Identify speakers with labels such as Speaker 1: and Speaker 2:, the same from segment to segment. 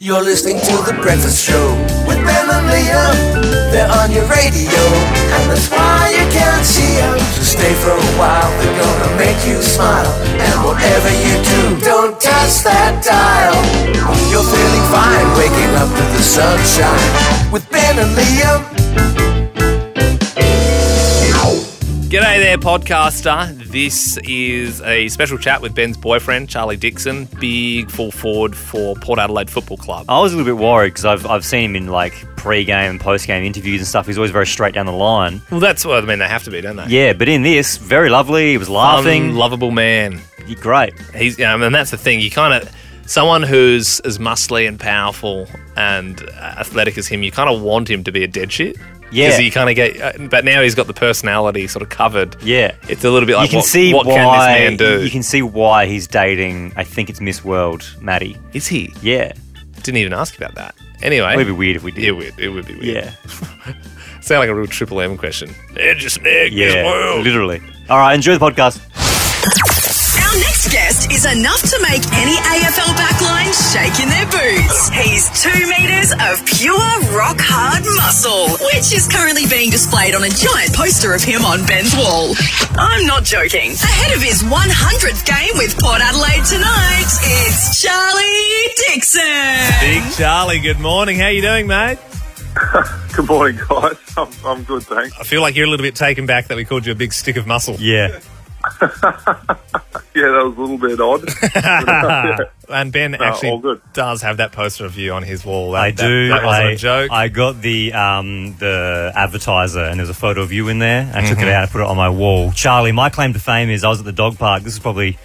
Speaker 1: You're listening to The Breakfast Show with Ben and Liam. They're on your radio, and that's why you can't see 'em. So stay for a while, they're gonna make you smile. And whatever you do, don't touch that dial. You're feeling fine, waking up to the sunshine with Ben and Liam.
Speaker 2: G'day there, podcaster. This is a special chat with Ben's boyfriend, Charlie Dixon, big full forward for Port Adelaide Football Club.
Speaker 3: I was a little bit worried because I've, I've seen him in like pre-game and post-game interviews and stuff. He's always very straight down the line.
Speaker 2: Well, that's what I mean, they have to be, don't they?
Speaker 3: Yeah, but in this, very lovely. He was
Speaker 2: Loving,
Speaker 3: laughing.
Speaker 2: lovable man.
Speaker 3: He- Great.
Speaker 2: He's, um, and that's the thing. You kind of, someone who's as muscly and powerful and athletic as him, you kind of want him to be a dead shit.
Speaker 3: Yeah.
Speaker 2: Because you kind of get, uh, but now he's got the personality sort of covered.
Speaker 3: Yeah.
Speaker 2: It's a little bit like,
Speaker 3: you can
Speaker 2: what,
Speaker 3: see
Speaker 2: what
Speaker 3: why
Speaker 2: can this man do?
Speaker 3: you can see why he's dating. I think it's Miss World, Maddie.
Speaker 2: Is he?
Speaker 3: Yeah,
Speaker 2: Didn't even ask about that. Anyway.
Speaker 3: it would be weird if we did.
Speaker 2: It would, it would be weird.
Speaker 3: Yeah,
Speaker 2: Sound like a real Triple M question. Edge of snake,
Speaker 3: yeah,
Speaker 2: yeah. world.
Speaker 3: literally. All right, enjoy the podcast.
Speaker 4: Our next guest is enough to make any AFL backline shake in their boots. He's two metres of pure rock hard muscle, which is currently being displayed on a giant poster of him on Ben's wall. I'm not joking. Ahead of his 100th game with Port Adelaide tonight, it's Charlie Dixon.
Speaker 2: Big Charlie, good morning. How you doing, mate?
Speaker 5: Good morning, guys. I'm, I'm good, thanks.
Speaker 2: I feel like you're a little bit taken back that we called you a big stick of muscle.
Speaker 3: Yeah,
Speaker 5: Yeah, that was a little bit odd.
Speaker 2: and Ben
Speaker 5: all
Speaker 2: actually
Speaker 5: good.
Speaker 2: does have that poster of you on his wall. That,
Speaker 3: I
Speaker 2: that-
Speaker 3: do.
Speaker 2: That, wasn't
Speaker 3: I,
Speaker 2: a joke.
Speaker 3: I got the um, the advertiser, and there's a photo of you in there. I took it
Speaker 2: Mm-hmm.
Speaker 3: out and put it on my wall. Charlie, my claim to fame is I was at the dog park. This is probably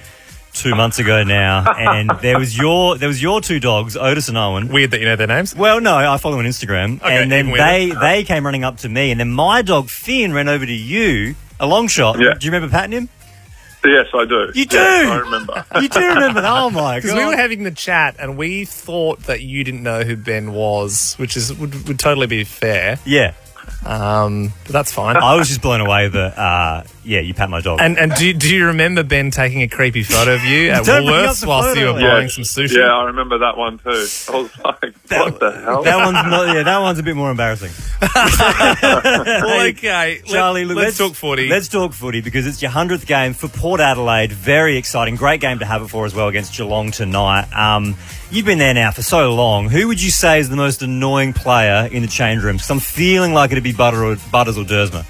Speaker 3: two months ago now, and there was your there was your two dogs, Otis and Owen.
Speaker 2: Weird that you know their names.
Speaker 3: Well, no, I follow on Instagram,
Speaker 2: Okay,
Speaker 3: and then
Speaker 2: even
Speaker 3: they they came running up to me, and then my dog Finn ran over to you. A long shot.
Speaker 5: Yeah.
Speaker 3: Do you remember patting him?
Speaker 5: yes, I do.
Speaker 3: You do?
Speaker 5: Yeah, I remember.
Speaker 3: You do remember? that? Oh my
Speaker 2: Because we were
Speaker 3: god!
Speaker 2: having the chat and we thought that you didn't know who Ben was, which is would, would totally be fair.
Speaker 3: yeah,
Speaker 2: Um, but that's fine.
Speaker 3: I was just blown away that uh, yeah, you pat my dog.
Speaker 2: and and do, do you remember Ben taking a creepy photo of you at
Speaker 3: Don't bring up
Speaker 2: Woolworths
Speaker 3: the
Speaker 2: whilst you were
Speaker 3: photo.
Speaker 2: buying some sushi?
Speaker 5: Yeah, I remember that one too. I was like, what the hell?
Speaker 3: that one's not, yeah, that one's a bit more embarrassing.
Speaker 2: Well, okay,
Speaker 3: Charlie,
Speaker 2: let,
Speaker 3: look,
Speaker 2: let's, talk footy.
Speaker 3: Let's talk footy because it's your hundredth game for Port Adelaide. Very exciting, great game to have it for as well against Geelong tonight. Um, you've been there now for so long. Who would you say is the most annoying player in the change room? Because I'm feeling like it'd be Butter or, Butters or Dersma.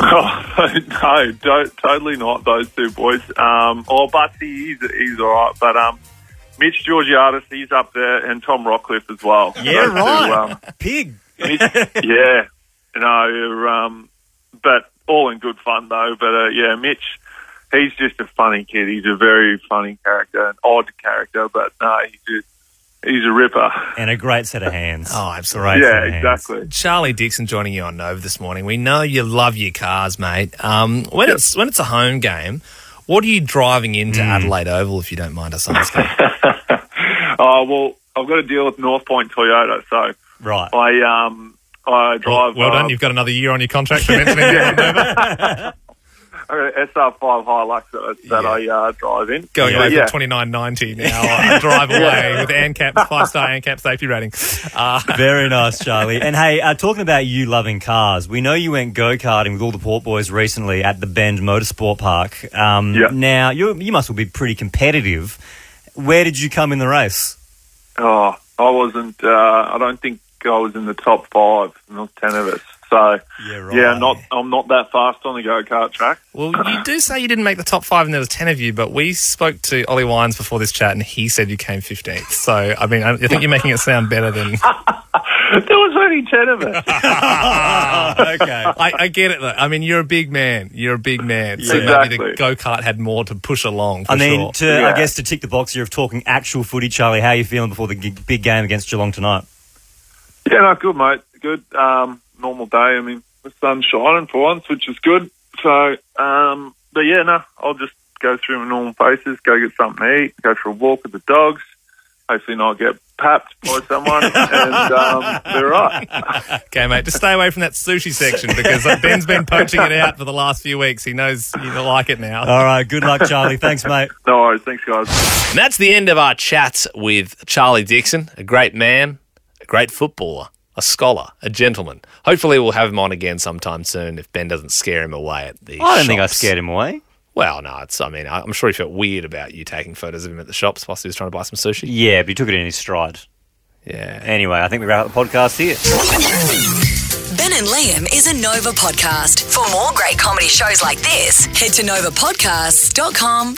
Speaker 5: Oh, no, don't, totally not those two boys. Um, oh, Butsy, he's, he's all right. But um, Mitch Georgiadis, he's up there, and Tom Rockcliffe as well.
Speaker 3: Yeah,
Speaker 5: Those two,
Speaker 3: right.
Speaker 5: um,
Speaker 3: Pig.
Speaker 5: Mitch- yeah, no, um, but all in good fun though. But uh, yeah, Mitch, he's just a funny kid. He's a very funny character, an odd character, but no, he's just, he's a ripper.
Speaker 3: And a great set of hands.
Speaker 2: Oh, absolutely.
Speaker 3: Great set
Speaker 5: yeah,
Speaker 3: of hands.
Speaker 5: exactly.
Speaker 2: Charlie Dixon joining you on Nova this morning. We know you love your cars, mate. Um, when it's when it's a home game, what are you driving into
Speaker 5: Mm.
Speaker 2: Adelaide Oval if you don't mind us asking?
Speaker 5: Oh well, I've got to deal with North Point Toyota, so
Speaker 3: Right.
Speaker 5: I um I
Speaker 2: well,
Speaker 5: drive.
Speaker 2: well done.
Speaker 5: um,
Speaker 2: You've got another year on your contract for mentioning that on Nova.
Speaker 5: I got an SR5 Hilux that, that I uh, drive in.
Speaker 2: Going
Speaker 5: But
Speaker 2: away
Speaker 5: yeah.
Speaker 2: from twenty nine ninety now. uh, drive away with ANCAP five star ANCAP safety rating. Uh,
Speaker 3: Very nice, Charlie. And hey, uh, talking about you loving cars, we know you went go karting with all the Port Boys recently at the Bend Motorsport Park. Um,
Speaker 5: Yeah.
Speaker 3: Now, you you must well be pretty competitive. Where did you come in the race?
Speaker 5: Oh, I wasn't. Uh, I don't think I was in the top five. There was ten of us. So
Speaker 3: Yeah,
Speaker 5: yeah, I'm not. I'm not that fast on the go kart track.
Speaker 2: well, you do say you didn't make the top five, and there was ten of you. But we spoke to Ollie Wines before this chat, and he said you came fifteenth. So I mean, I I think you're making it sound better than.
Speaker 5: there was only ten of us.
Speaker 3: okay.
Speaker 2: I, I get it though. I mean, you're a big man. You're a big man. So maybe the
Speaker 5: Exactly.
Speaker 2: go kart had more to push along. For
Speaker 3: I
Speaker 2: sure.
Speaker 3: mean, to, I
Speaker 5: Yeah.
Speaker 3: guess to tick the box here of talking actual footy, Charlie, how are you feeling before the g- big game against Geelong tonight?
Speaker 5: yeah, no, good mate. Good. Um, normal day. I mean, the sun's shining for once, which is good. So, um, but yeah, no, I'll just go through my normal paces. Go get something to eat. Go for a walk with the dogs. hopefully not get papped by someone, and um, they're right.
Speaker 2: Okay, mate, just stay away from that sushi section because uh, Ben's been poaching it out for the last few weeks. He knows you like it now.
Speaker 3: All right. Good luck, Charlie. Thanks, mate.
Speaker 5: No worries. Thanks, guys.
Speaker 2: And that's the end of our chat with Charlie Dixon, a great man, a great footballer, a scholar, a gentleman. Hopefully, we'll have him on again sometime soon if Ben doesn't scare him away at the.
Speaker 3: I don't think I
Speaker 2: shops.
Speaker 3: scared him away.
Speaker 2: Well, no, it's. I mean, I- I'm sure he felt weird about you taking photos of him at the shops whilst he was trying to buy some sushi.
Speaker 3: Yeah, but he took it in his stride.
Speaker 2: Yeah.
Speaker 3: Anyway, I think we wrap up the podcast here.
Speaker 4: Ben and Liam is a Nova podcast. For more great comedy shows like this, head to novapodcasts.com.au.